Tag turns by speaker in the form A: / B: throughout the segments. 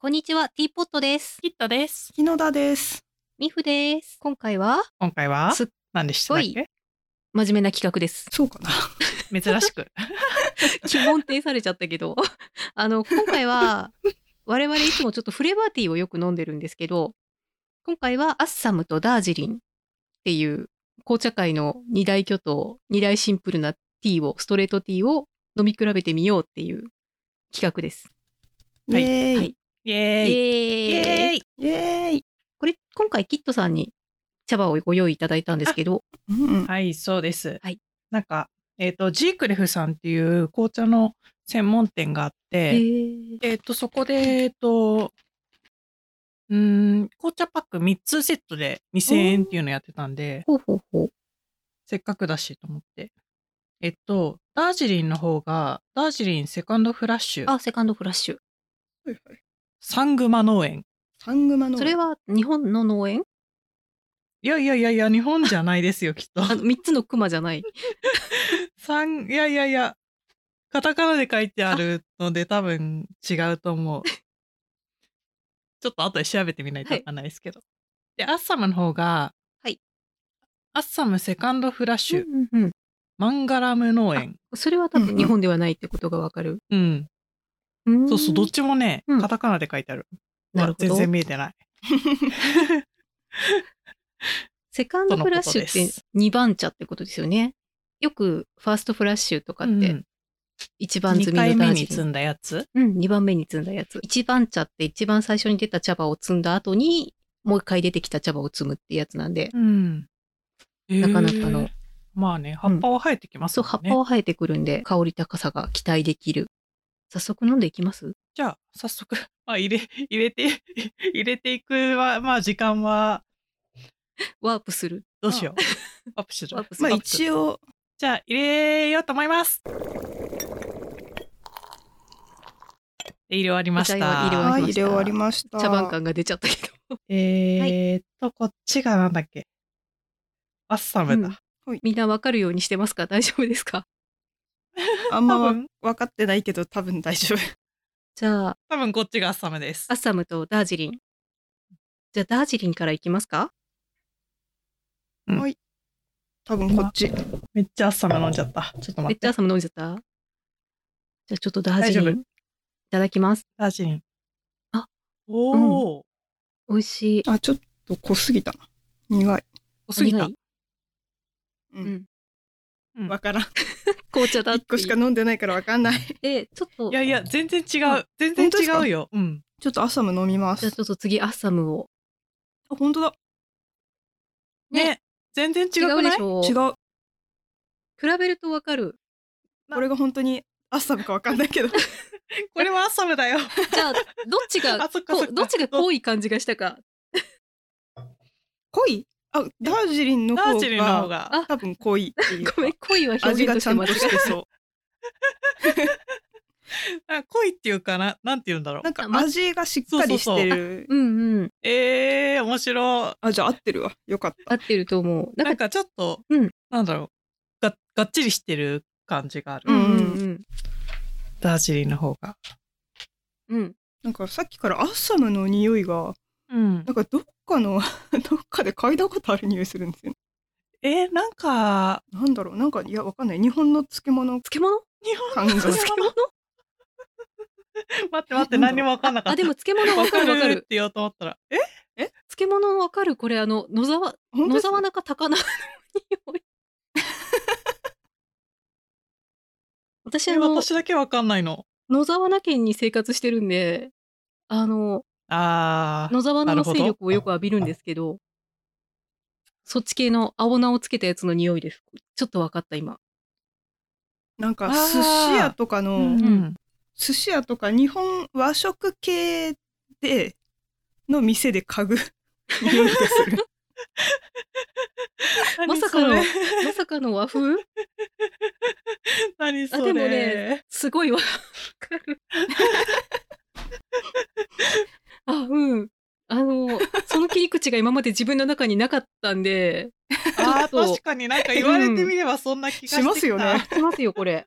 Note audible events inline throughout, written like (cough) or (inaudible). A: こんにちは、ティーポットです。
B: キットです。
C: 木野田です。
A: ミフです。今回は、
B: 今回は
A: すっ
B: 何でしたっけ
A: 真面目な企画です。
C: そうかな。
B: 珍しく。
A: 基本呈 (laughs) されちゃったけど。 (laughs) あの、今回 (laughs) は、我々いつもちょっとフレーバーティーをよく飲んでるんですけど、今回はアッサムとダージリンっていう紅茶界の二大巨頭、二大シンプルなティーを、ストレートティーを飲み比べてみようっていう企画です。
B: はい
C: イエーイ。
B: (laughs) イ
A: イ
B: エ
A: エーイ
B: ーイ。ーイ。
C: イエーイ。
A: これ、今回キットさんに茶葉をご用意いただいたんですけど、
C: うん
B: はい、そうです。
A: はい
B: なんか、えっ、と、ジークレフさんっていう紅茶の専門店があっ
A: え
B: て、
A: ー、
B: えっ、と、そこで、えっ、と、うーん、紅茶パック3つセットで2000円っていうのやってたんで、
A: ほうほうほう。
B: せっかくだしと思って。えっと、ダージリンの方が、ダージリンセカンドフラッシュ、
A: あ、セカンドフラッシュ。
C: はいはい。
B: サングマ農園。
C: サングマの。
A: それは日本の農園
B: いやいやいやいや、日本じゃないですよ、きっと。
A: あの、3つの熊じゃない。
B: さん、いやいやいや、カタカナで書いてあるので多分違うと思う。ちょっと後で調べてみないと
A: はい
B: わかんないですけど。で、アッサムの方が、
A: はい。
B: アッサムセカンドフラッシュ、
A: うんうんうん
B: マンガラム農園。
A: それは多分日本ではないってことがわかる。
B: うん。そうそう、どっちもね、
A: うん
B: カタカナで書いてある。
A: なるほ
B: 全
A: ど。
B: 然見えてない。
A: セカンドフラッシュ
B: との
A: っ
B: こと
A: て2番茶ってことですよね。よくファーストフラッシュとかって1番摘
B: 2
A: みのダ
B: 回目
A: ー
B: に
A: ジリ
B: 積
A: ン。
B: んだやつ
A: うん、2番目に摘んだやつ。1番茶って一番最初に出た茶葉を摘んだ後に、もう一回出てきた茶葉を摘むってやつなんで、
B: うん。
A: なかなか
B: へ
A: の
B: ー。まあね、葉っぱは生えてきます
A: そう、
B: もんね。
A: 葉っぱは生えてくるんで、香り高さが期待できる。早速飲んでいきます
B: じゃあ、早速、 (laughs) まあ、入れ、入れて、 (laughs) 入れていくは、まあ、時間は、
A: ワープする。
B: どうしよう。 (laughs) アップする
A: ワー。プす
C: ま
A: る。
C: あ一応。
B: じゃあ、入れようと思います。で入れ終わりました。
A: お茶入れ終わ
C: は
A: りま
C: い、入
A: し
C: れ
A: た
C: 終わりました。
A: 茶番。感が出ちゃったけど。
B: えーっと、こっちがなんだっけ。アッサムだ。
A: みんなわかるようにしてますか大丈夫ですか
C: あんま
B: 多
C: わ
B: 分
C: 分かってないけど、多分大丈夫。 (laughs)
A: じゃあ、
B: 多分こっちがアッサムです
A: アッ。サムとダージリン。じゃあ、ダージリンからいきますか
B: うん
C: はい。多分こっち。
B: めっちゃアッサム飲んじゃった。ちょっと
A: め
B: 待
A: っ
B: っ
A: ちゃア
B: て
A: ッ。サム飲んじゃったじゃあ、ちょっとダージリン。
B: 大丈
A: いただきます。
B: ダージリン。
A: あ
B: おー。
A: 美味しい。
C: あ、ちょっと濃すぎたな。苦い。
B: 濃すぎた
A: 何。
C: う
A: うん
C: ん。
B: うん
C: わからん。
A: 紅茶だって言
C: 一個しか飲んでないからわかんない。
A: って、ちょっと、
B: いやいや、全然違う。全然
C: 本当ですか
B: 違うよ。うん。
C: ちょっと朝も飲みま
A: じ
C: す。
A: ゃあちょっと次、アッサムを。
C: あ、本当だ。
A: ね
B: ね。全然違
A: 違
B: く
A: うで
B: な
A: し
B: い
A: ょ
C: 違う。こ
A: 比べるとわかる。
C: れが本当に朝かわかんないけど。
B: これはアッサムだよ。
A: じゃあ、どっちが
B: (laughs) あ、そっか
A: こ
B: そっ
A: う
B: か
A: どっちが濃い感じがしたか。
C: 濃いあ、ダージリンの
B: ダ
C: 方
B: ージリンの方
C: が、
B: が
A: あ
C: 多分濃いっていうか。
A: (laughs) ごめん、濃いは表
C: 味
A: 現
C: が
A: とし
C: ち
A: て
C: ゃん
A: 間
C: と
A: 違え
C: してそう。
B: (laughs) あ濃いっていうかな、なんて言うんだろう
C: な。んか味がしっかりしてる。
A: うんうん。
B: ええー、面白い。
C: あ、じゃあ合ってるわ。よかっ
A: 合
C: た。
A: ってると思う。な
B: なんん
A: か、
B: かちょっと、
A: うん
B: なんだろうが、がっちりしてる感じがある。
A: うんうんうん。
B: ダージリンの方が。
A: うん。
C: なんかさっきからアッサムの匂いが、
B: うん
C: なんかどっかの、 (laughs) どっかで嗅いだことある匂いするんですよ、ね。
B: えー、なんか、
C: なんだろう。なんか、いや、わかんない。日本の漬物
A: 漬物
B: 日本
C: 感が。
B: 漬物 (laughs) 待って待って、
C: えなんだろう
B: 何にもわかんなかった。
A: あ、でも漬物わ
B: わ
A: か
B: か
A: る
B: る
A: わかる
B: っ。て言おうと思ったら、え
A: 漬物わかるこれあの野沢
C: 本当
A: 野
C: です
A: 沢中高菜の匂い
B: (laughs)
A: 私あ
B: え
A: の
B: 私だけわかんないの。
A: 野沢菜県に生活してるんであの
B: あー、
A: 野沢菜
B: なる
A: の
B: ほど
A: 勢力をよく浴びるんですけどそっち系の青菜をつけたやつの匂いですちょっとわかった今
C: なんか、
B: あ
C: 寿
B: ー
C: 司屋とか
B: う
C: の、
B: んうん。
C: 寿司屋とか日本和食系で、の店で嗅ぐ (laughs) 匂いがする。
B: 何
A: まさかの
B: それ
A: まさかの和風
B: 何そ
A: あ
B: れ
A: でもねすごいわかる (laughs) あうんあのその切り口が今まで自分の中になかったんで
B: (laughs) あー
A: ちょっと
B: 確かになんか言われてみればそんな気がしてきた、
C: しますよね。
A: しますよ、これ。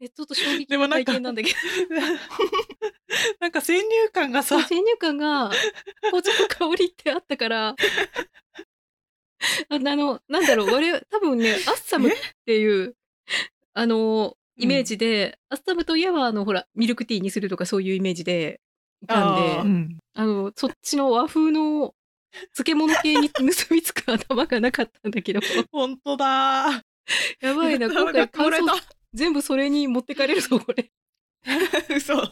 A: え、ちょっと衝撃
B: でも
A: の
B: な
A: 体
B: んか
A: 験なんだけど。
B: (laughs) なんか先入観がさ
A: そう、 (laughs) 先入観が、紅茶の香りってあったから、ああの、なんだろう、我、多分
B: (laughs)
A: ね、アッサムっていう、あの、イメージで、アッサムといえば、あの、ほら、ミルクティーにするとかそういうイメージで、いたんで、
C: あ
A: あ
C: ー
B: ん、
A: の、そっちの和風の漬物系に結びつく頭がなかったんだけど、
B: 本当だー。
A: (laughs) やばいな、今回感想全部それに持ってかれるぞ、こ (laughs) れ。
C: 嘘。
B: わ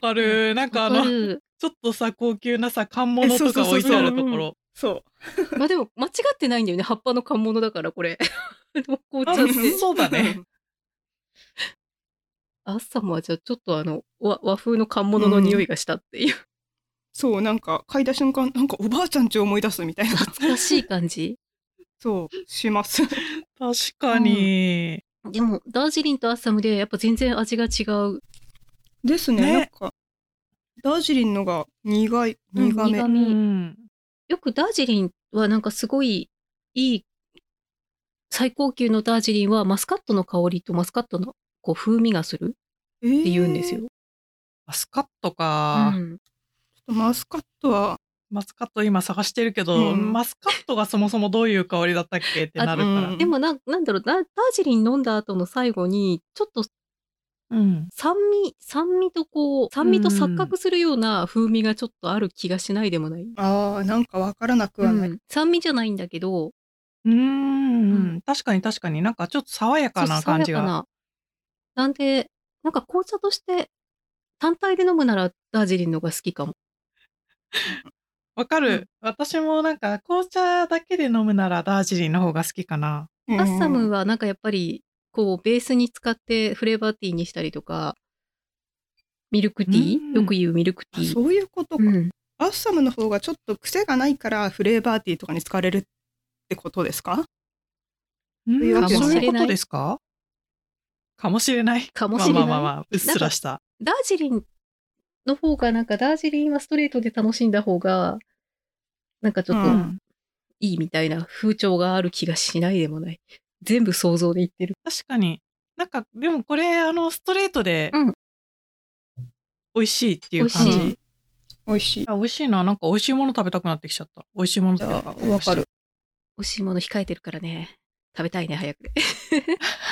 B: かるー。なんかあ
A: わ
B: の
A: か、る
B: ちょっとさ、高級なさ、缶物とか置いてあるところ。
C: そう。
A: まあでも、間違ってないんだよね、葉っぱの缶物だから、これ。 (laughs) あの紅
B: あ
A: 茶って。
B: そうだね。
A: アッサムはじゃあちょっとあの和和風の缶物の匂いがしたっていう、
C: そう、なんか、嗅いだ瞬間、なんかおばあちゃんちを思い出すみたいな。
A: (laughs) 懐かしい感じ
C: そう、します。
B: 確かに。
A: でもダージリンとアッサムでやっぱ全然味が違う
C: ですね、
B: ね
C: なんか、ダージリンのが苦い、苦め。
A: うん苦
B: う
A: み
B: ん。
A: よくダージリンはなんかすごいいい最高級のダージリンはマスカットの香りとマスカットのこう風味がする
C: えー
A: って言うんですよ、。
B: マスカットか、
A: うん
C: マスカットは、
B: マスカット今探してるけど、
C: うん
B: マスカットがそもそもどういう香りだったっけってなる
C: あうん
B: か
A: でもななんだろうダダージリン飲んだ後の最後にちょっと
B: ら。うん。
A: 酸味酸味とこう酸味と錯覚するような風味がちょっとある気がしないでもない、
C: ああ、なんかわからなくはない。
A: うん酸味じゃないんだけど
B: うーん。確かに確かになんかちょっと爽やかな感じ
A: そう爽やか
B: が。
A: ななんで、なんか紅茶として単体で飲むならダージリンのが好きかも。
B: わかる、
A: うん
B: 私もなんか紅茶だけで飲むならダージリンの方が好きかな。
A: アッサム
C: は、
A: はなんかやっぱり、こう、ベースに使ってフレーバーティーにしたりとか、ミルクティ
B: うん
A: ーよく言うミルクテ
C: あ
A: ィー。
C: そういうことか。
A: うん
C: アッサムの方がちょっと癖がないから、フレーバーティーとかに使われるってことですか
B: うん
C: いや
B: そう
C: かもし
B: い
A: れ
B: う
A: な
B: こ
A: い
B: とですかかもしれない。
A: かもしれない。
B: まあまあまあ、うっすらした。
A: ダージリンの方が、なんかダージリンはストレートで楽しんだ方が、なんかちょっ
C: う
A: と
C: ん
A: いいみたいな風潮がある気がしないでもない。全部想像で言ってる。
B: 確かに。なんか、でもこれ、あの、ストレートで
A: うん、
B: 美味しいっていう感
A: 美
B: じ。
A: 味し
B: い
C: 美味しい。
B: や美味しいな。なんか美味しいもの食べたくなってきちゃった。美味しいもの食べたくなってきました
C: わかる。
A: 美味しいもの控えてるからね。食べたいね、早く。
B: (laughs)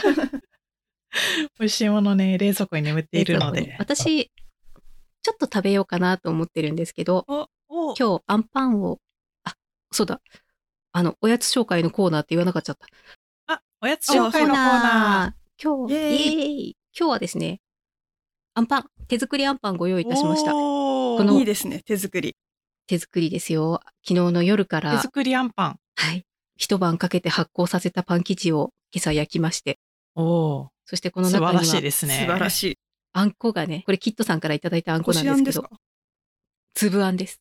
B: 美味しいものね、冷蔵庫に眠っているの
A: 冷蔵庫に
B: で。
A: (laughs) 私、ちょっと食べようかなと思ってるんですけど、
B: お、お、
A: 今日アンパンを、あ、そうだ。あの、おやつ紹介のコーナーって言わなかっちゃった。
B: あ、おやつ紹介のコーナー。
A: 今日、
C: イエーイ
A: イエーイ今日はですね、アンパン、手作りアンパンご用意いたしました。
B: おー
A: この
C: いいですね、手作り。
A: 手作りですよ。昨日の夜か
B: 手
A: ら、
B: 作りあんパン。
A: はい。一晩かけて発酵させたパン生地を今朝焼きまして、
B: お
A: そしてこ
B: お、
A: の
B: 素
A: 中
B: 晴ら
A: に
B: しい
A: は、
B: です
C: 素
B: ね。
C: 晴らしい。
A: あんこがね、これキットさんからいただいたあん
C: こ
A: こなん
C: し
A: で
C: あん
A: す
C: で
A: け
C: す
A: ど
C: か、
A: 粒あんです。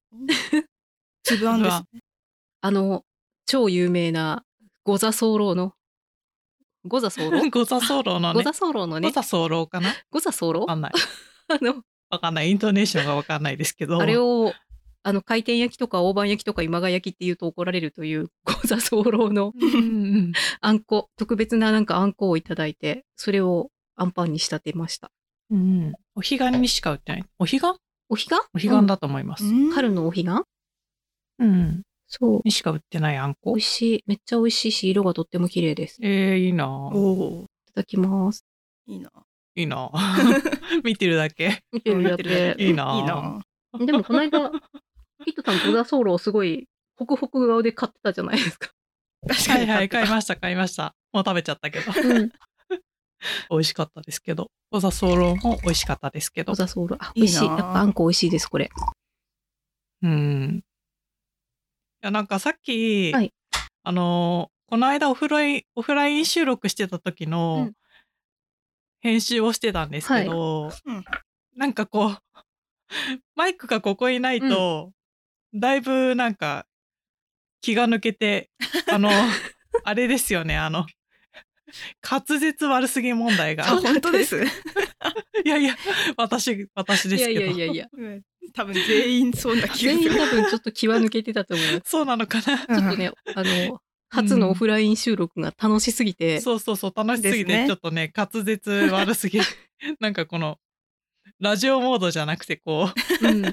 C: 粒あんですね。
A: あの、超有名な、ゴザソーローの、ゴザソーロ
B: (laughs)
A: ー
B: ゴザソーローの
A: ゴ
B: ね
A: ザ。ソーローの
B: ゴ
A: ね、
B: ザソーローかな
A: ゴザソーロ
B: わか
A: ー
B: んない。
A: あの、
B: わかんない。イントネーションがわかんないですけど。
A: あれを、あの、回転焼きとか大判焼きとか今川焼きって言うと怒られるという、ゴザソーローの
B: うんうんうん。
A: あんこ、特別ななんかあんこをいただいて、それをあんパンに仕立てました。
B: うんうんお彼岸にしか売ってない。お彼岸
A: お彼岸
B: お彼岸だと思います。
A: うん春
C: の。
A: のお彼岸
B: うん。
A: そう。
B: にしか売ってないあん
A: 美
B: こ
A: 味。しい。めっちゃ美味しいし、色がとっても綺麗です。い
B: えー、いいなぁ
C: おお
A: ただきます。
C: ー、いいな。
B: い
A: (laughs)
B: いなぁ見てるだけ。
A: 見てるだ
C: 見てるだ
A: け。
B: いいなぁ
C: いいな。
A: でもこの間、ヒットさんゴザソーローすごい、ホクホク顔で買ってたじゃないですか。
C: 確か
B: は
C: に。
B: いはい、買いました、買いました。もう食べちゃったけど。
A: うん。
B: 美味しかったですけど。小座ソーロも美味しかったですけど
A: ゴ。ザソーロー。あ、
C: いいな
A: 美味しい。やっぱあんこ美味しいです、これ。
B: うん。いや、なんかさっき、
A: はい
B: あのー、この間オフライン、オフライン収録してた時の
A: うん
B: 編集をしてたんですけど、
C: うん
B: なんかこう、 (laughs) マイクがここにないと、だいぶなんか気が抜
A: (laughs)
B: けて、あの、あれですよね、あの、滑舌悪すぎ問題が。
C: あ、本当です。
B: いやいや、私、私ですけど。
A: いやいや。
C: うん多分全員そうな気が
A: 全
C: す
A: 員
C: る。
A: 多分ちょっと気は抜けてたと思います。
B: そうなのかな。
A: ちょっとね、あの、初のオフライン収録が楽しすぎて、
B: そうそうそう、楽しすぎ
C: です
B: て、
C: ね
B: ちょっとね、滑舌悪すぎる。なんかこの、ラジオモードじゃなくて、こ
A: うん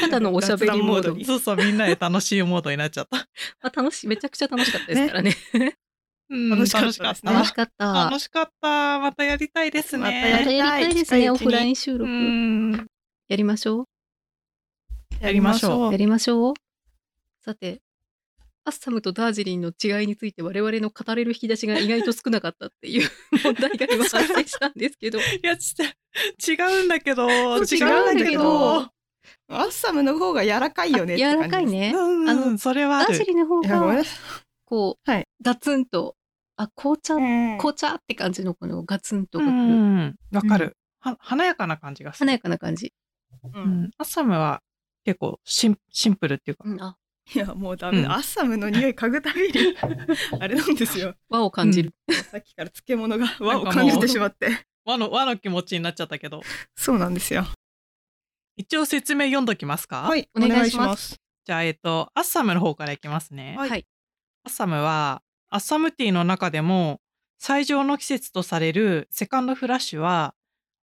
A: ただのおしゃべりモード
C: 雑談モード
A: に
B: う、
C: に
B: そうそう、みんなで楽しいモードになっちゃった。
A: あ楽しいめちゃくちゃ楽しかったですからね
B: うん
C: 楽しかったですね
A: 楽しかった
B: 楽しかった。またやりたいですね。
C: また
A: ま
C: や
A: たやりたいですね
C: 近いう
A: オ
C: ちに
A: フライン収
B: う
A: 録、
B: ん。
A: やりましょ
B: やりましょう
A: うやりましょうさてアッサムとダージリンの違いについて我々の語れる引き出しが意外と少なかったっていう (laughs) 問題が今発生したんですけど
B: いや、ち違うんだけど、
C: う
B: 違
C: 違
B: う
C: うんん
B: だ
C: だ
B: け
C: け
B: ど
C: ど。アッサムの方が柔らかいよねって
A: あ
C: 感
A: 柔ら
C: じ
A: かい
C: です。
A: ね
B: うん
A: あ
B: うん、
A: の
B: それは
A: ダ
B: あ
A: ージ
B: る。
A: リンの方
C: いやごめん
A: が
C: なさい
A: こう、
C: はい
A: ガツンとあ紅茶
C: うん
A: 紅茶って感じのこのガツンと
B: う
A: くる
B: ん、わかる。は華やかな感じがす
A: 華
B: る。
A: やかな感じ、
C: う
B: うんん、アッサムは結構シンシンプルっていうか、
A: うん、あ
C: いやもうダメだ、
B: うん
C: アッサムの匂い嗅ぐ
B: (laughs)
C: たびにあれなんですよ
A: 和を感じる、
C: さっきから漬物が和を感じてしまって
B: 和の和の気持ちになっちゃったけど、
C: そうなんですよ
B: 一応説明読んどきますか。
C: はい
A: お願いします
B: じゃあえっとアッサムの方からいきますね。
C: はい
A: はい
B: アッサムはアッサムティーの中でも最上の季節とされるセカンドフラッシュは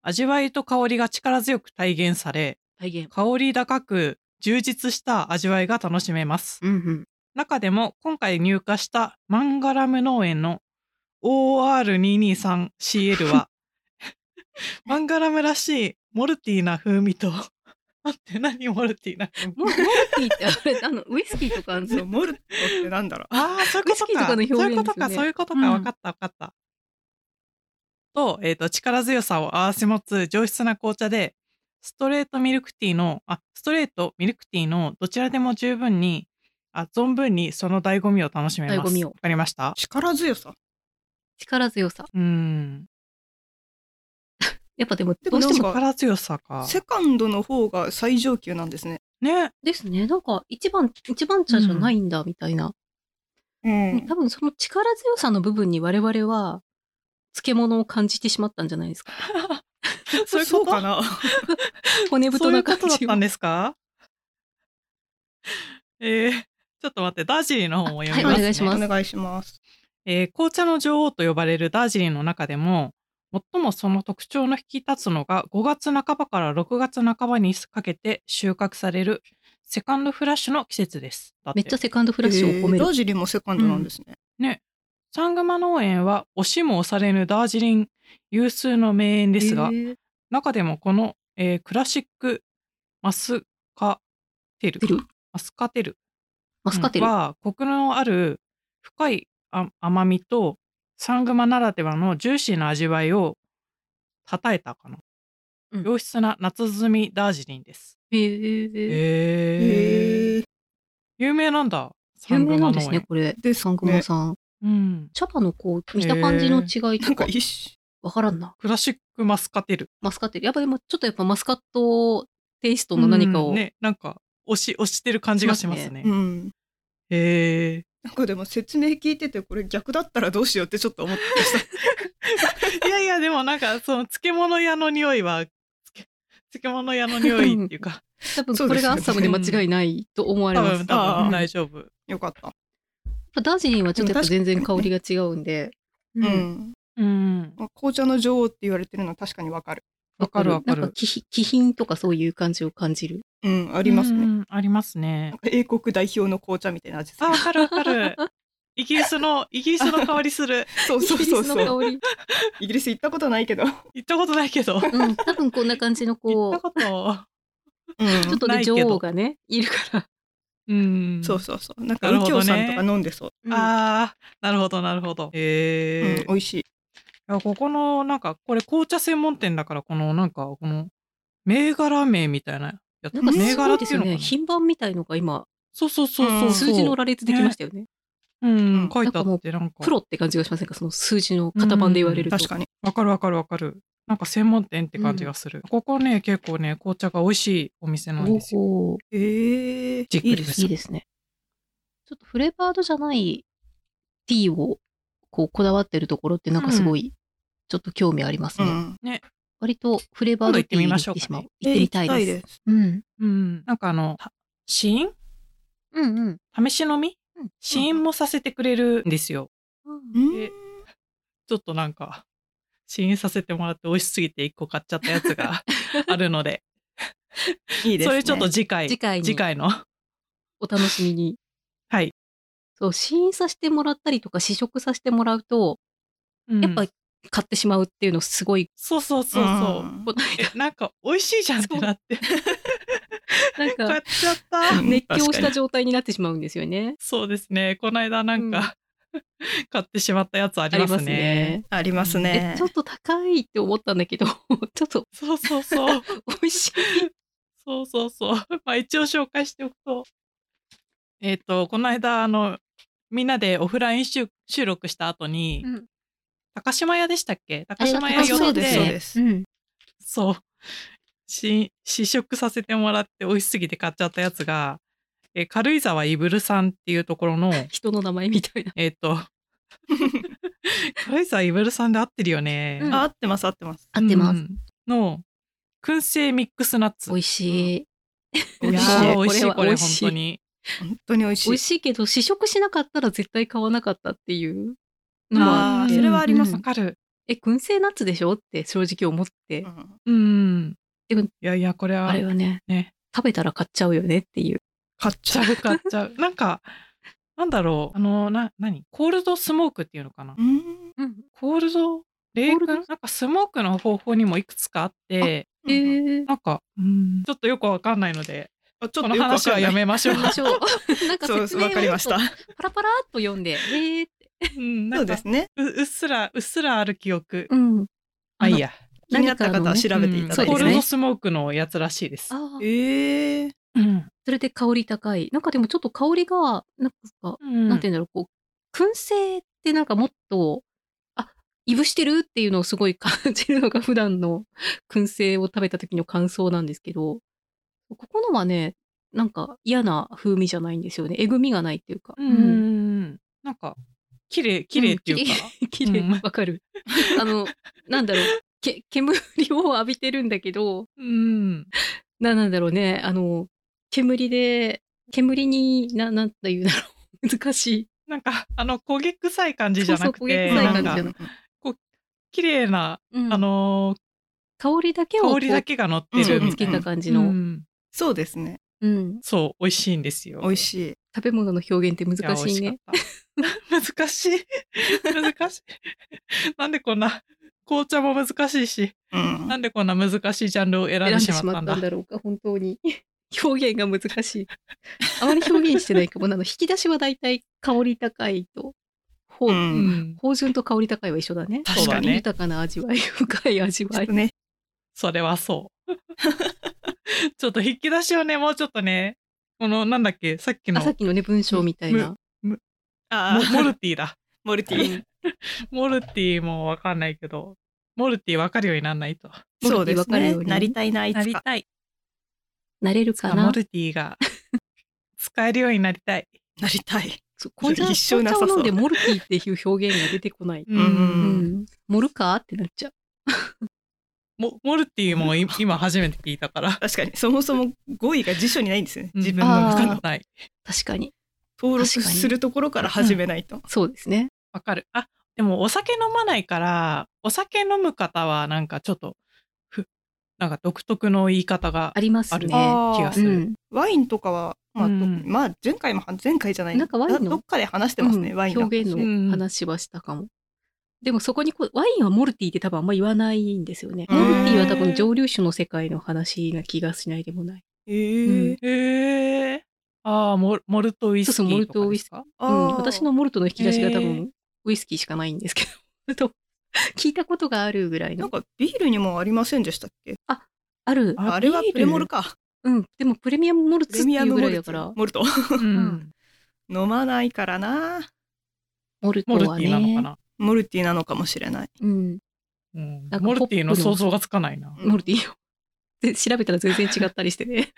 B: 味わいと香りが力強く体現され
A: 体現
B: 香り高く充実した味わいが楽しめます
A: うんうん
B: 中でも今回入荷したマンガラム農園の OR223CL
C: (laughs)
B: は (laughs) マンガラムらしいモルティーな風味と (laughs) 待って何モルティーな風味
A: モモルティーってあれあのウイスキーとかあるんです
C: そう
A: よ
C: モルトってなんだろ
B: ああ、そういうこと
A: ウイスキーと
B: か。
A: かの表現
B: そういうことか、
A: ですよね
B: そういうことか、
A: うん
B: 分かった、分かった。と、えっ、と、力強さを併せ持つ上質な紅茶で、ストレートミルクティーの、あ、ストレートミルクティーのどちらでも十分に、あ、存分にその醍醐味を楽しめます。
A: 醍醐味を
B: わかりました
C: う。力強さ
A: 力強さ
B: うーん。
A: やっぱでも
C: で
A: ど
C: も
A: うしても
C: なんか
B: 力強さか。
C: セカンドの方が最上級なんですね
A: (laughs)
B: ね。
A: ですねなんか一番一番茶じゃないんだみたいな、
C: うん
A: 多分その力強さの部分に我々は漬物を感じてしまったんじゃないですか
B: そういうこと
C: そうかな
A: 骨
B: そ
A: 太
B: ういう
A: な
B: こ
A: 感
B: とだっ
A: じを
B: たんですか (laughs) えー、ちょっと待って、ダージリンの方も読みます、ね
A: はいお願いします
C: お願いします
B: えー紅茶の女王と呼ばれるダージリンの中でも最もその特徴の引き立つのが5月半ばから6月半ばにかけて収穫されるセカンドフラッシュの季節です。だ
A: めっちゃセカンドフラッシュを褒め
C: えー
A: る、
C: ダージリンもセカンドなんですね、
B: ね。サングマ農園は押しも押されぬダージリン有数の名園ですが、
A: へー
B: 中でもこの、えークラシックマスカテル
A: テル
B: マスカテル
A: マスカテル、
B: はコクのある深いあ甘みとサングマならではのジューシーな味わいをたたえたかな、
A: うん
B: 良質な夏摘みダージリンです
A: へー
B: へえ
C: へー
B: 有名なんだサ
A: 有
B: ング
A: 名な
B: マ
A: ん
B: 農
A: ですね
B: 園、
A: これ
C: ですね
A: サングマさん、
B: うん、
A: 茶葉のこう見た感じの違い
C: な
A: と
C: んか
A: か
C: 一緒
A: わからんな
B: クラシックマスカテル
A: マスカッテルやっぱでもちょっとやっぱマスカットテイストの何か
B: う
A: を、
B: んねなんか押し押してる感じがしますね
C: うん
B: へえ
C: なんかでも説明聞いててこれ逆だったらどうしようってちょっと思ってました
B: いやいやでもなんかその漬物屋の匂いはつけ漬物屋の匂いってい
A: (laughs)
B: うか
A: 多分これがアッサムで間違いないと思われ
B: (laughs) 多
A: ます
B: 分
A: やっ
B: 多分大丈夫
C: よかった
A: ぱダージリンはちょっとやっぱ全然香りが違うんで
C: うん、
A: うん
B: うん
C: まあ紅茶の女王って言われてるのは確かにわかる
B: わかるわかる
A: なんか気品気品とかそういう感じを感じる
C: うんあ
B: あ
C: りますね、
B: ありますね
C: なん。か英国代表の紅茶みたいな味す
B: あ、
C: る
B: わかるわかる。イギリスの、イギリスの香りする。
C: そうそうそう
A: イギリス
C: そう
A: の香り
C: イギリス行ったことない
A: (laughs)
C: けど、
B: 行ったことないけど。
A: うん、多分こんな感じの
B: 行った
A: こ
B: こと。
C: うん
A: う、ちょっと
B: な
A: ね、
B: いけど
A: 女王がね、 (laughs) いるか
B: うん
C: そうそうそうなんか
B: なる
C: 右
B: ほどね
C: 京さんとか飲んでそう、
A: ら。あ、
B: ああ、なるほど、なるほど。
C: うん
B: へえ、
C: 美味しい
B: いやここの、なんか、これ紅茶専門店だから、この、なんか、この。銘柄名みたいなやつ。
A: なんか
B: 銘
A: すご
B: 柄
A: いで
B: ってい
A: す
B: う
A: よ
B: のか
A: ね。
B: な。
A: 品番みたいのが今、
B: そうそうそうそうう。
C: ん
A: 数字の羅列できましたよね。
B: うん
C: う、ん
B: 書いてあって、なんか
A: プ。ロって感じがしませんかその数字の型番で言われると。
C: 確かに
B: わかるわかるわかる。なんか専門店って感じがする。ここね、結構ね、紅茶が美味しいお店なんですよ。
A: おお
C: えー、
B: じっくり
C: いいです
A: いいですね。ちょっとフレーバードじゃないティーをこうこだわってるところってなんかすごい、ちょっと興味あります
C: う
A: ね。
C: ん
A: 割り割とフレーバードティーに行ってしまう。行ってみたいです。
C: えー行き
A: うん。
B: うん、なんかあの、た試飲
A: うんうん。
B: 試し飲み
A: うん
B: 試飲もさせてくれるんですよ。
A: うん
C: うん
B: でちょっとなんか、試飲させてもらって美味しすぎて1個買っちゃったや
A: (laughs)
B: つがあるので、
C: いいですね。
B: それちょっと次回、
A: 次回に
B: の。
A: お楽しみに。
B: はい。
A: そう、試飲させてもらったりとか試食させてもらうと、
B: うん
A: やっぱ買ってしまうっていうのすごい、
B: そうそうそうそう。
C: うん
A: こないだ
B: えなんか美味しいじゃんってなって、
A: (laughs) なん
B: (laughs) 買
A: か
B: っちゃった。
C: う
A: (laughs)
C: ん
A: 熱狂し
C: 確か
A: た
C: に
A: 状態になってしまうんですよね。
B: そうですね。この間なんか、 (laughs) 買ってしまったやつあ
A: あ
B: り
A: り
B: ます
A: ま
B: ね。
A: すね。
C: ありますね
A: え、ちょっと高いって思ったんだけど、ち (laughs) ょっと
B: そうそうそう。
A: 美味しい。
B: そうそうそう。 (laughs) まあ一応紹介しておくと。えっ、と、この間、あの、みんなでオフライン収収録した後に、
A: うん
B: 高島屋でしたっけ高島
A: あれは
B: 屋
A: 高島
B: 寄
A: 屋
B: っ
A: で
B: て、
A: す
C: そう
A: ね
C: です。
A: ん。
B: そう。し試食させてもらって美味しすぎて買っちゃったやつが、えー軽井沢いぶるさんっていうところの、
A: 人の名前みたいな。
B: えっ、
A: (laughs)
B: と、軽井沢いぶるさんで合ってるよね。
A: うん
C: あ合ってます合ってます。
A: 合ってます。
B: うんの、燻製ミックスナッツ。
A: 美味しい。
B: い
C: 美味
B: や
C: し
A: 美
B: ー
C: い。
B: 美
A: 味
B: 味
A: しい
B: しい、
A: これ
B: こ
A: は
B: れ、
A: 美味
B: 本
A: しい
B: 当に。
C: 本当に美味しい
A: 美味。しいけど、試食しなかったら絶対買わなかったっていうのもあ
C: あ
A: っ
C: ー
A: て。
C: それはあります
A: う
B: わ
A: ん
B: かる。
A: え、燻製ナッツでしょって正直思って。
C: うん
B: うん。
A: でも
B: いやいや、これは
A: あれはね、
B: ね、
A: 食べたら買っちゃうよねっていう。
C: 買っち
B: ち
C: ゃ
B: ゃ
A: (laughs)
C: う。
B: う買っちゃう。なんか、なんだろう、あの、な、何コールドスモークっていうのかな
C: うん
B: コールド冷
A: コールド
B: 感なんかスモークの方法にもいくつかあって、
A: えー、
B: なんか、うん、ちょっとよくわかんないので、
C: あちょ
B: こ
C: っ
B: の
C: とよくわ
B: 話
C: か
B: は
C: んな
B: や
C: い
B: めましょう。
A: (laughs) ま
C: (laughs)
A: しょう。なんか
C: そう
A: 説
C: そう
A: 明を
C: わかりました。
A: パラパラっと読んで、えー、
B: うん、な
C: そうん
B: か
C: ですね。
B: ううっすら、うっすらある記憶。
A: うん。
B: まあいいや。
C: 気になった
A: 何か
C: 方
A: の
C: は
A: ね
C: 調べていただい
A: うんそ
B: コー
A: うですね
C: て
B: ルドスモークのやつらしいです。
A: ああ、
C: ええ
B: うん。
A: それで香り高い。なんかでもちょっと香りが、なんか、
B: うん
A: なんていうんだろう、こう、燻製ってなんかもっと、あ、いぶしてるっていうのをすごい感じるのが普段の (laughs) 燻製を食べた時の感想なんですけど、ここのはね、なんか嫌な風味じゃないんですよね。えぐみがないっていうか。
B: う。ん。なんか、綺麗、綺麗っていうか。
A: (laughs) 綺麗
B: うん
A: わか (laughs) る。あの、なんだろう、け煙を浴びてるんだけど、
B: うん。
A: ななんだろうね、あの、煙で、煙に、な、なんていうんだろう、 (laughs) 難しい。
B: なんか、あの、焦げ臭い感じじゃなく
A: そうそう焦げ
B: て、
A: 臭い感
B: なん
A: じじゃ
B: か
A: な、
B: 綺麗な、
A: うん
B: あのー
A: 香りだけをこう
B: 香りだけが乗って
A: そう
B: る
C: ん
B: み
A: つ
B: た
A: け
B: い
A: た
B: な。
A: 感じ
B: う
A: の、
B: ん
C: そうですね。
A: うん
B: そう、美味しいんですよ。
C: 美味しい。
A: 食べ物の表現って
B: いや。
A: 難しいね。
B: 美味しかった。難 (laughs) しい。難しい。 (laughs) なんでこんな、紅茶も難しいし、
C: うん
B: なんでこんな難しいジャンルを選ん
A: 選ん
B: で
A: で
B: し
A: し
B: ま
A: ま
B: ったん
A: った
B: だ
A: ん。だろうか、本当に。 (laughs) 表現が難しい。あまり表現してないかもなの。引き出しはだいたい香り高いと、ほう
C: うん
B: うん。
A: 芳醇と香り高いは一緒だね。
C: 確
B: かにね
A: 豊かな味わい、深い味
C: ち
A: わ
C: ょっ
A: い
C: と。ね、
B: それはそう。 (laughs) ちょっと引き出しをね、もうちょっとね、この、なんだっけ、さっき
A: あ
B: の
A: さっきのね、文章みたいな。
C: あ
B: モモ
C: ー
B: ルティだ。
C: モルテ
A: う
C: ィ。
A: ん
B: モルティもわかんないけど、モルティわかるようにならないと。
A: モ
C: そ
A: ルテ
C: う
A: ィ
C: で
A: 分
C: す
A: かる
C: ね。
A: ように
C: なりたいな、いつか。
B: たい。
A: なれるか
B: モ
A: な。
B: ルティが使えるようになりたい。
C: なりたい。
A: そう紅茶
C: 一生
A: 紅
C: なさ
A: 茶
C: そう
A: を飲んでモルティっていう表現が出てこない。
B: う。
C: うん
A: うんん。モルカーってなっちゃう。
B: モモルティもい今初めて聞いたから。
C: 確かに、そもそも語彙が辞書にないんですね。自分
A: あ
C: の
A: ー
C: 中
B: 分
C: の
B: か。ない。
A: 確かに。
C: 登録
A: 確かに
C: するところから始めないと。
A: そうですね。
B: わかる。あ、でもお酒飲まないから、お酒飲む方はなんかちょっと、ふなんか独特の言い方が
A: あります
B: ある気
A: ね。
B: がす
A: う
B: る。
A: ん。
C: ワインとかは、まあ、
B: うん
C: 特にまあ、前回も、前回じゃない
A: なんかワインの
C: どっかで話してますね、
A: うん
C: ワインの
A: 表現の話はしたかも。でもそこにこうワインはモルティって多分あんま言わないんですよね。
C: うん
A: モルティは多分蒸留酒の世界の話な気がしないでもない。
C: えー
A: うん
B: へえ。ああ、モルモルトウイスキ
A: そうそうモル
B: ーと
A: ト
B: か
A: ウイ
B: で
A: ス
B: すか
A: う
C: あ
A: ん、
C: ー
A: 私のモルトの引き出しが多
B: へ
A: 分
B: ー
A: ウイスキーしかないんですけど。 (laughs) と聞いたことがあるぐらい
C: な
A: の。
C: んかビールにもありませんでしたっけ
A: ある。
C: あれは
B: ビール
C: プレモルか。
A: うん。でもプレミアムモル
C: プ
A: ツっ
C: レ
A: て
C: ミア
A: いう
C: ム
A: ぐ
C: モ
A: らい
C: ル
A: だ
C: ツ
A: から、
C: モルト。
B: うん
C: 飲まないからな。
A: モルト
B: モルテ
A: は
B: ィなのか
A: ね。
B: な、
C: モルティなのかもしれない。
A: うん。
B: うん
A: なんか
B: モルティの想像がつかないな。
C: うん
A: モルティよ。 (laughs) で調べたら全然違ったりしてね。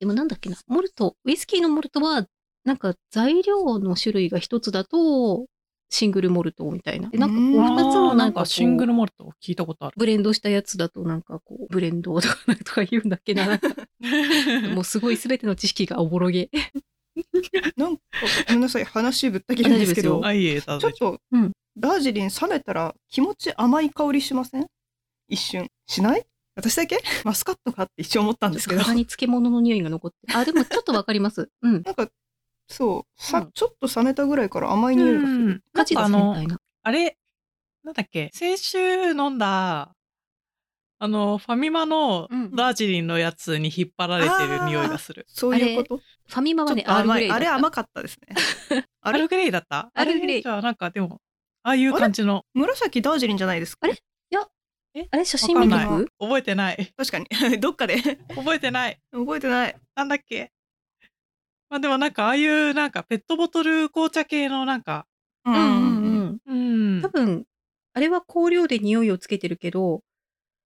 A: でもなんだっけな、モルト、ウイスキーのモルトは、なんか材料の種類が一つだと、シングルモルトみたいな。でなんかこ
C: う
A: う、
C: ん
A: 二つのなんかこ
B: シング
A: う、
B: ルモルトを聞いたことある。 (laughs)
A: ブレンドしたやつだとなんかこう、ブレンドとかなんとか言うんだっけな。なんかもうすごい全ての知識がおぼろげ。
C: なんかごめんなさい話ぶった切るんですけ
A: 大丈夫
C: ど
A: で
B: あ、いいえ、た
C: ちょっと、
A: うん
C: ダージリン冷めたら気持ち甘い香りしません一瞬しない私だけマスカットかって一瞬思ったんですけど
A: 体に漬物の匂いが残って。あ、でもちょっとわかります。うん。
C: なんかそうさ、
A: うん
C: ちょっと冷めたぐらいから甘い匂いがする、
B: ん、な
A: 価
B: ん
A: 値
B: か
A: で
B: あ
A: すね、み
B: の
A: たいな。
B: あれ、なんだっけ、先週飲んだ、あの、ファミマの
A: うん
B: ダージリンのやつに引っ張られてる匂いがする。
C: そういうこと
A: ファミマは
C: ちょ
A: ね
C: っ、と
A: アールグ
C: 甘
A: レイ
C: い
A: だ
C: あ
A: った
C: れ甘かったですねあ
B: ア
C: れ
B: ルグレイだった
A: アールグレイ
B: あれじゃあ、なんかでも、ああいう感じの、
C: 紫ダージリンじゃないですか
A: あれあれ写真
B: わ
A: 見
B: かん
A: に
B: ない
A: 行く
B: 覚えてない。
C: 確かに (laughs) どっかで
B: 覚えてない。
C: 覚えてない
B: なんだっけ。まあでもなんか、ああいうなんかペットボトル紅茶系のなんか、
C: う
A: うんうん
C: ん
A: うん。
B: うん
A: 多。分、あれは香料で匂いをつけてるけど、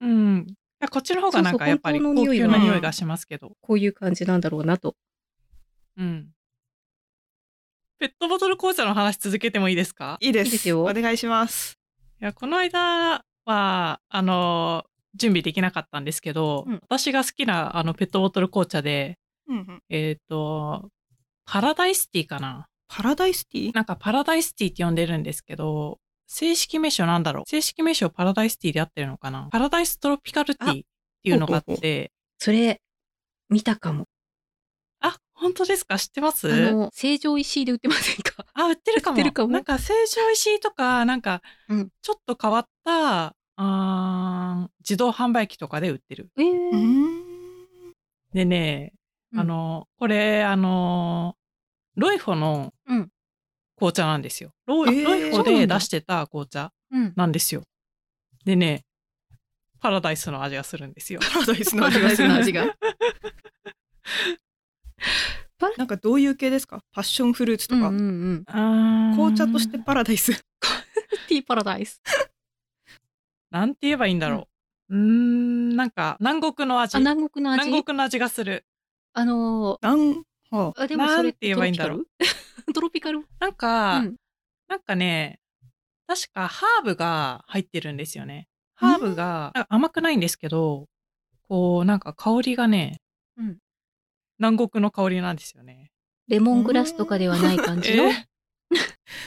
B: うん。いやこっちの方がなんかやっぱり
A: そう
B: 高
A: そう
B: 級
C: 本当
B: な
C: の匂いが
B: 匂いがしますけど。
A: こういう感じなんだろうなと。
B: うん。ペットボトル紅茶の話続けてもいいですか
C: いいです
A: いいですよ
C: お願いします
B: いや、この間は、あの、準備できなかったんですけど、
A: うん
B: 私が好きなあのペットボトル紅茶で、
C: うんうん
B: えっ、と、パラダイスティーかな
C: パラダイスティー
B: なんかパラダイスティーって呼んでるんですけど、正式名称なんだろう正式名称パラダイスティーで合ってるのかなパラダイストロピカルティーっていうのがあ
C: ほう
B: っ
C: ほ
B: て、
A: それ、見たかも。
B: あ、本当ですか知ってます
A: あの、成城石井で売ってませんか
B: あ、売ってるかも。
A: 売ってるかも
B: なんか、成城石井とか、なんか
A: うん、
B: ちょっと変わった、あー自動販売機とかで売ってる。
A: ええ
C: うーん
B: でね、
A: うん
B: あの、これ、あの、ロイホの
A: うん
B: 紅茶なんですよ。ロイ,、
C: えー
B: ロイホ
A: そうな
B: で
A: んだ
B: 出してた紅茶
A: うん。
B: なんですよ。でね、パラダイスの味がするんですよ。
C: パラダイス
A: (laughs)
C: の
A: パ
C: 味
A: ラ
C: が
A: ダイ
C: す
A: ス
B: (laughs)
C: る
A: の味が。
C: なんかどういう系ですかパッションフルーツと
A: うん
C: か、
A: うんうん。
B: 紅
C: 紅茶としてパラダイス
A: (laughs)
C: (laughs)
A: ティーパラダイス。
B: なんて言えばいいんだろう。うーん、なんか、南国の味。
A: あ、南国の味。
B: 南国の味がする。
A: あの
C: なんはあ
A: ー、あでもそれ
B: なんて言えばいいんだろ
A: う。トロピカル
B: なん
A: ト
B: か、
A: ロピカルうん
B: なんかね、確かハーブが入ってるんですよね。ハーブがなんか甘くないんですけど、こうなんか香りがね、
A: うん
B: 南国の香りなんですよね。
A: レモングラスとかではない感じ (laughs) の。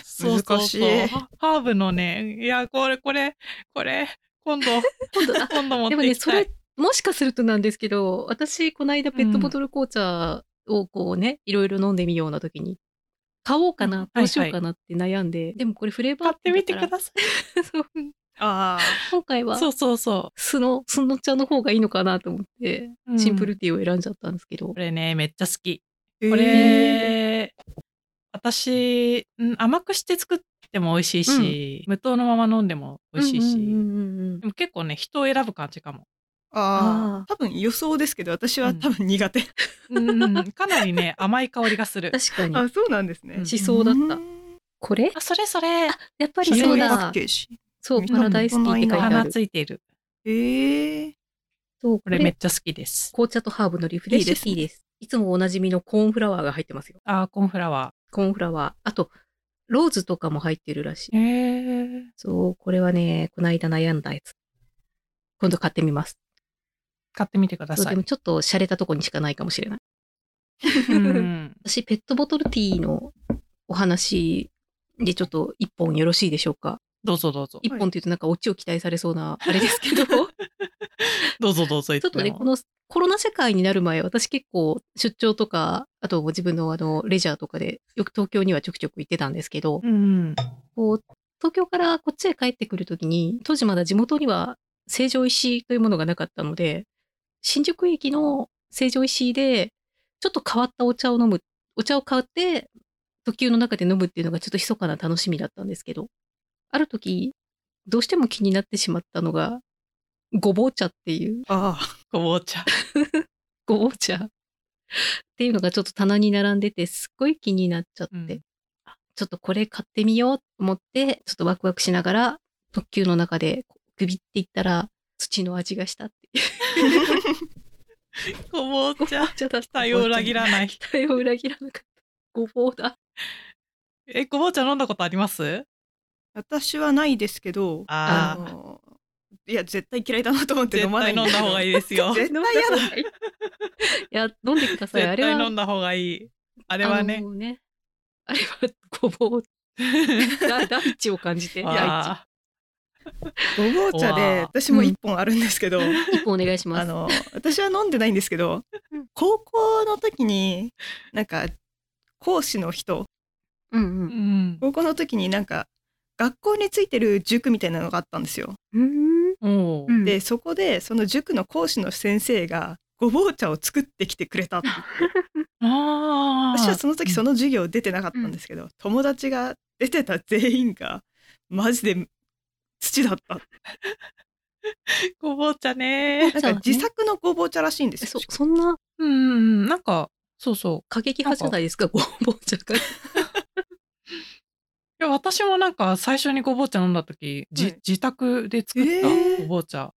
B: そうそう
C: 難
B: そ
C: し
B: う
C: い
B: ハハーブのね、いや、これ、これ、これ、今度、
A: (laughs) 今度、あ
B: 今度持っ
A: でも
B: て
A: ね、
B: いき
A: そ
B: たい。
A: れ、もしかするとなんですけど、私、この間、ペットボトル紅茶をこうね、いろいろ飲んでみような時に、買おうかな、どうしようかなって悩んで、でもこれフレーバー
B: 買ってみてく
A: だか
B: ださい。
A: らそう
C: あ
A: 今回は、
B: そうそうそ
A: スノ、スノ茶の方がいいのかなと思って、
B: う。うん
A: シンプルティーを選んじゃったんですけど
B: こ。れね、めっちゃ好き。
C: ー
B: こ
C: え
B: れ、私、うん甘くして作っても美味しいし、無糖のまま飲んでも美味しいし、
A: うんうんうんうんうん
B: でも結構ね、人を選ぶ感じかも。
C: ーあ
A: あー
C: あ多分予想ですけど私は多分苦手、
B: うん、かなりね、甘い香りが
A: (laughs)
B: する。
A: 確かに。
C: (laughs) あそうなんですね、
B: うん
A: しそうだった
C: ーん
A: これ
B: あ、それそれ、
A: やっぱり
C: 黄
A: そ
C: 色
A: う
C: いパッ
A: だ
C: ケ。ージ
A: そう、パラダイスティーって書いてあ
B: 花
A: る。
B: ついている。
C: ええ
A: そう、こ
B: これめっ
A: れ、
B: ちゃ好きです。
A: 紅茶とハーブのリフレッシュティーです。いつもおなじみのコーンフラワーが入ってますよ。
B: あー、コーンフラワ
A: コーンフラワー。あと、ローズとかも入ってるらしい
B: ー。。へえ。
A: そう、これはね、この間悩んだやつ。今度買ってみます。
B: 買ってみてくだ
A: そう
B: さ
A: で
B: い
A: も。ちょっと洒落たとこにしかないかもしれない。
B: うん。
A: 私、ペットボトルティーのお話でちょっと一本よろしいでしょうか。
B: どうぞどうぞ。
A: 一本っていうとなんかオチを期待されそうなあれです
B: (laughs)
A: けど、ち (laughs) ょ
B: どうぞどうぞ言
A: っとね、
B: も
A: このコロナ社会になる前、私結構出張とか、あと自分のあの、レジャーとかで、よく東京にはちょくちょく行ってたんですけど、
B: うん。
A: こう、東京からこっちへ帰ってくるときに、当時まだ地元には成城石井というものがなかったので、新宿駅の成城石井で、ちょっと変わったお茶を飲む、お茶を買って、特急の中で飲むっていうのがちょっと密かな楽しみだったんですけど、ある時、どうしても気になってしまったのが、ごぼう茶っていう、
C: ああ
B: ごぼう茶。
A: ごぼう茶っていうのがちょっと棚に並んでて、すっごい気になっちゃって、
B: うん
A: ちょっとこれ買ってみようと思って、ちょっとワクワクしながら、特急の中でこうグビっていったら、土の味がしたっていう。
B: ご
A: (laughs)
B: ぼう茶。
A: ちょっと期
B: 期待を裏切らない。
A: 期待を裏切らなかった。ごぼうだ。
B: え、ごぼう茶飲んだことあります
C: 私はないですけど
B: ああ。
C: のいや絶対嫌いだなと思って
B: 絶
C: 飲まな
B: 対
C: い
B: 飲んだ方が
C: い
B: いいですよ。
C: 絶対嫌だ
A: いや、飲んでください。あ
B: 絶
A: れ
B: 対飲
A: は
B: んだ方がいい。あれは
A: あ
B: ね。
A: のねあれはごぼう
B: (laughs)
A: だ大地を感じて大
B: あ
C: ごぼう茶で
B: わあ
C: 私も一本あるんですけど、
A: 地一本お願いしま
C: あ
A: す
C: の私は飲んでないんですけど
A: うん
C: 高校の時になんか講師の人
A: うん
B: ーうん。
C: 高校の時になんか学校についてる塾みたいなのがあったんですよ。
A: うんう
B: おー
A: ーん
C: でそこでその塾の講師の先生がごぼう茶を作ってきてくれたって言って
B: ああ。
C: 私はその時その授業出てなかったんですけど友達が出てた全員がマジで土だ
A: (laughs)
C: った
B: ごぼう茶ね。
C: なん
A: そう
C: か
A: ね
C: 自作のごぼう茶らしいんです
A: そ
C: よ。
A: そんな
B: うんうん。なんか、そうそう。
A: 過激派じゃないですかご (laughs) ぼう茶が
B: いや私もなんか最初にごぼう茶飲んだ時、じ
C: はい
B: 自宅で作っ
C: え
B: た
C: ー
B: ごぼう茶、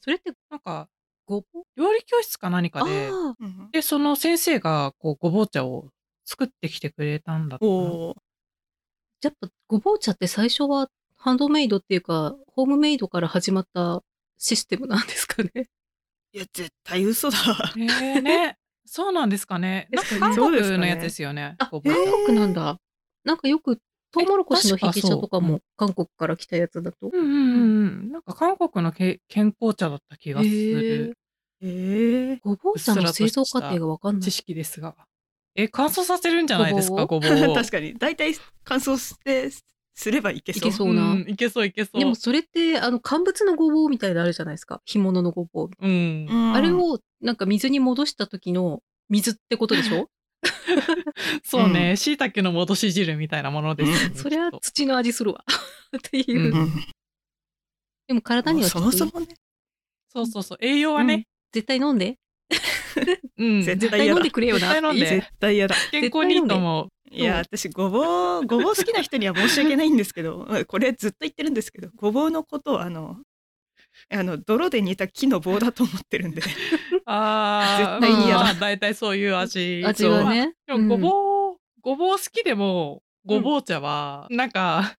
A: それって
B: なんか
A: ごぼう
B: 料理教室か何
A: あ
B: かで
A: あ
C: うん
B: でその先生がこうごぼう茶を作ってきてくれたんだったな
C: おー
A: やっぱごぼう茶って最初はハンドメイドっていうかホームメイドから始まったシステムなんですかね
C: いや絶対嘘だ。
A: (laughs)
B: えーねそうなんですかねなんか韓
C: そうです
B: 国
C: かね
B: のやつですよね
A: あ
B: ご
A: 韓
B: ぼう茶
C: えー
A: 国なんだなんかよくトウモロコシのひき茶とかも韓国から来たやつだと
B: うんうんうんうんなんか韓国のけ健康茶だった気がす
A: へー
B: る
C: えー、
A: ごぼう茶の製造過程がわかんない
B: 知識ですがえ乾燥させるんじゃないですかごぼうを
C: 確かに大体乾燥してすればいけそう。
A: いけそうな
B: うんいけそういけそう
A: でもそれってあの乾物のごぼうみたいなのあるじゃないですか干物のごぼう、
B: うん
C: うん
A: あれをなんか水に戻した時の水ってことで (laughs) しょ
B: そうね、しいたけの戻し汁みたいなものですよね、
A: そりゃ
B: きっと
A: 土の味するわ (laughs) っていう、
B: うん
C: うん
A: でも体には
C: そもそ
A: きっと
C: もね
B: そうそうそう、栄養はね、
A: 絶対飲んで
B: うん、
C: 絶
A: 絶
C: 対
A: 対
C: 嫌
A: 飲
C: だ
A: んでくれよなって
B: 絶対飲んで
A: いう
C: 絶対嫌だ。
B: 健康にいいと思う。
C: いや私ごぼうごぼう好きな人には申し訳ないんですけど (laughs) まあこれずっと言ってるんですけどごぼうのことをあのあの泥で煮た木の棒だと思っ
A: (laughs)
C: てるんで
B: ああ、
C: 絶対
A: 嫌だ
B: まあ、大体そういう味。
A: 味はね
B: そう。でもご
A: う
B: ぼう、ごぼう好きでも、ごぼう茶は、なんか、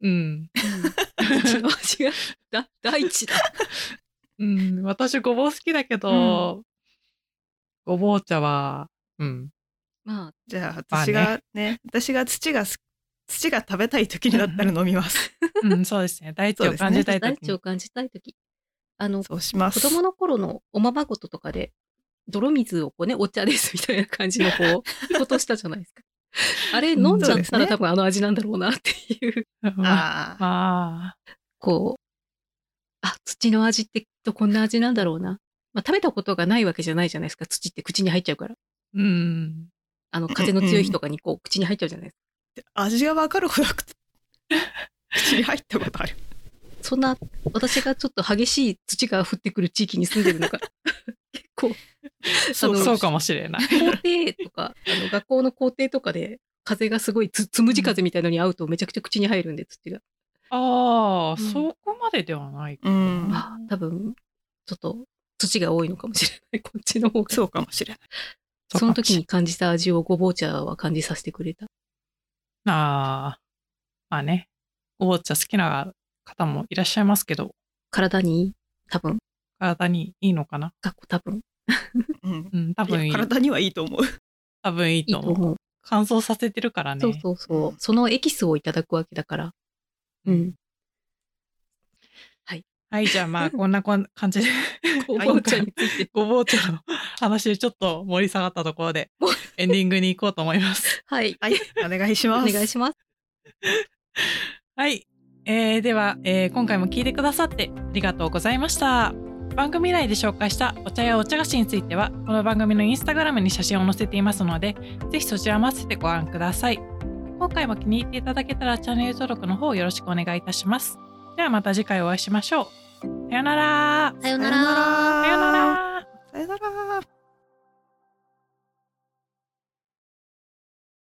B: うん、
A: ん土の (laughs) 味がだ大地だ
B: うん、私ごぼう好きだけど、ごぼう茶は、うん、
A: まあ
C: じゃあ私が
B: ま
C: ね,、私が土がす土が食べたい時になったら飲
A: (laughs)
C: みます。
B: うん、そうですね。大地を感じたいと
A: 大
B: き
A: 地
B: に
A: を。感じたい時あの
C: そうしま
A: 子
C: す。
A: 供の頃のおままごととかで泥水をこうねお茶ですみたいな感じのこ
B: (laughs)
A: うことしたじゃないですかあれ飲んじゃ
C: そう
A: っ
C: です
A: たら
C: ね
A: 多分あの味なんだろうなっていう
B: まあ
C: ああ
B: ま (laughs) あ、
A: こうあ土の味ってきっとこんな味なんだろうな、まあ、食べたことがないわけじゃないじゃないですか土って口に入っちゃうから
B: うん。
A: あの風の強い日とかにこう口に入っちゃうじゃないです
C: 味が分かるほど (laughs) 口に入ったことある。
A: かそんな私がちょっと激しい土が降ってくる地域に住んでるのか結構
B: そ
A: あ
B: う
A: の
B: そうかもしれない。
A: 校庭とか、あの学校の校庭とかで、風がすごいつ、つむじ風みたいのに合うとめちゃくちゃ口に入るんで、土が。
B: ああ、
A: うん
B: そこまでではない。
C: うん
A: まあ、多分、ちょっと土が多いのかもしれない。こっちの方が。
C: そうかもしれない。
A: その時に感じた味をごぼう茶は感じさせてくれた。
B: ああ、まあね、ごぼう茶好きな方もいらっしゃいますけど、
A: 体にいい多分、
B: 体にいいのかな
A: かっこ多分、
C: うん
B: うん、多分い
C: い
B: い。
C: や体にはいいと思う。
B: 多分いい
A: いい
B: と
A: と
B: 思う。
A: 思う。
B: 乾燥させてるからね。
A: そうそうそう。そのエキスをいただくわけだから。うん。はい。
B: はい、じゃあまあ、こんなこん感じで、
A: (laughs) ごぼう茶につい
B: (laughs)
A: て。
B: ごぼう茶の話でちょっと盛り下がったところで
A: もう、
B: エンディングに行こうと思
A: (laughs)
B: います。
A: はい。
C: はい、お願いし
A: お
C: ます。
A: 願いします。
B: はい。えー、では、えー今回も聞いてくださってありがとうございました。番組内で紹介したお茶やお茶菓子については、この番組のインスタグラムに写真を載せていますので、ぜひそちらも合わせてご覧ください。今回も気に入っていただけたらチャンネル登録の方よろしくお願いいたします。ではまた次回お会いしましょう。さよなら。
A: さよ
C: さ
A: なら。
C: よなら。
B: さよなら。